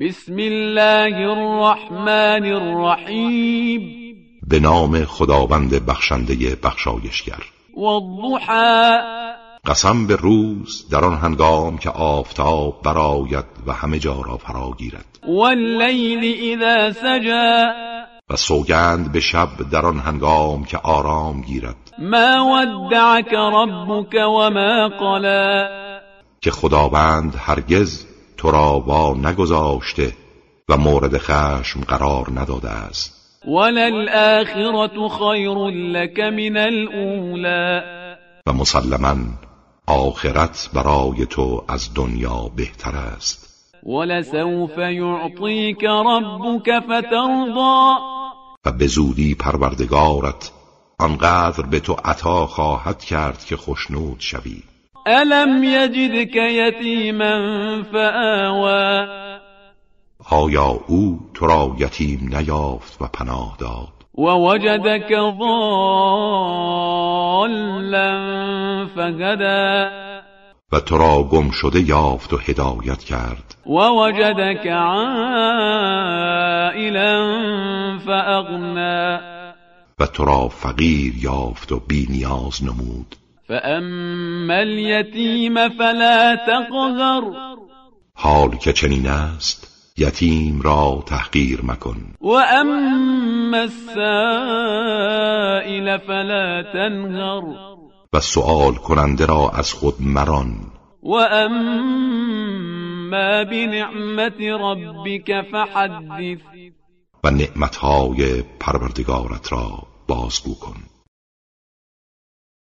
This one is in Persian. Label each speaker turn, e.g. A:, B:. A: بسم الله الرحمن الرحیم
B: به نام خداوند بخشنده بخشایشگر
A: والضحى
B: قسم به روز در آن هنگام که آفتاب برآید و همه جا را فرا گیرد
A: والليل إذا سجى
B: و سوگند به شب در آن هنگام که آرام گیرد
A: ما ودعك ربك وما قلى
B: که خداوند هرگز تو را وا نگذاشته و مورد خشم قرار نداده است
A: وللآخرة خير لك من الأولى
B: و مسلما آخرت برای تو از دنیا بهتر است
A: ولسوف يعطيك ربك فترضى
B: و به زودی پروردگارت آنقدر به تو عطا خواهد کرد که خشنود شوی
A: ألم يجدك يتيما فآوى
B: آیا او تو را یتیم نیافت و پناه داد
A: ووجدك ضالا فهدى
B: و تو را گم شده یافت و هدایت کرد
A: ووجدك عائلا فأغنى
B: و تو را فقیر یافت و بی نیاز نمود
A: فأما اليتيم فلا تقهر
B: حال که چنین است یتیم را تحقیر مکن
A: وأما السائل فلا تنهر
B: و سؤال کننده را از خود مران
A: وأما بنعمة ربك فحدث
B: و نعمتهای پروردگارت را بازگو کن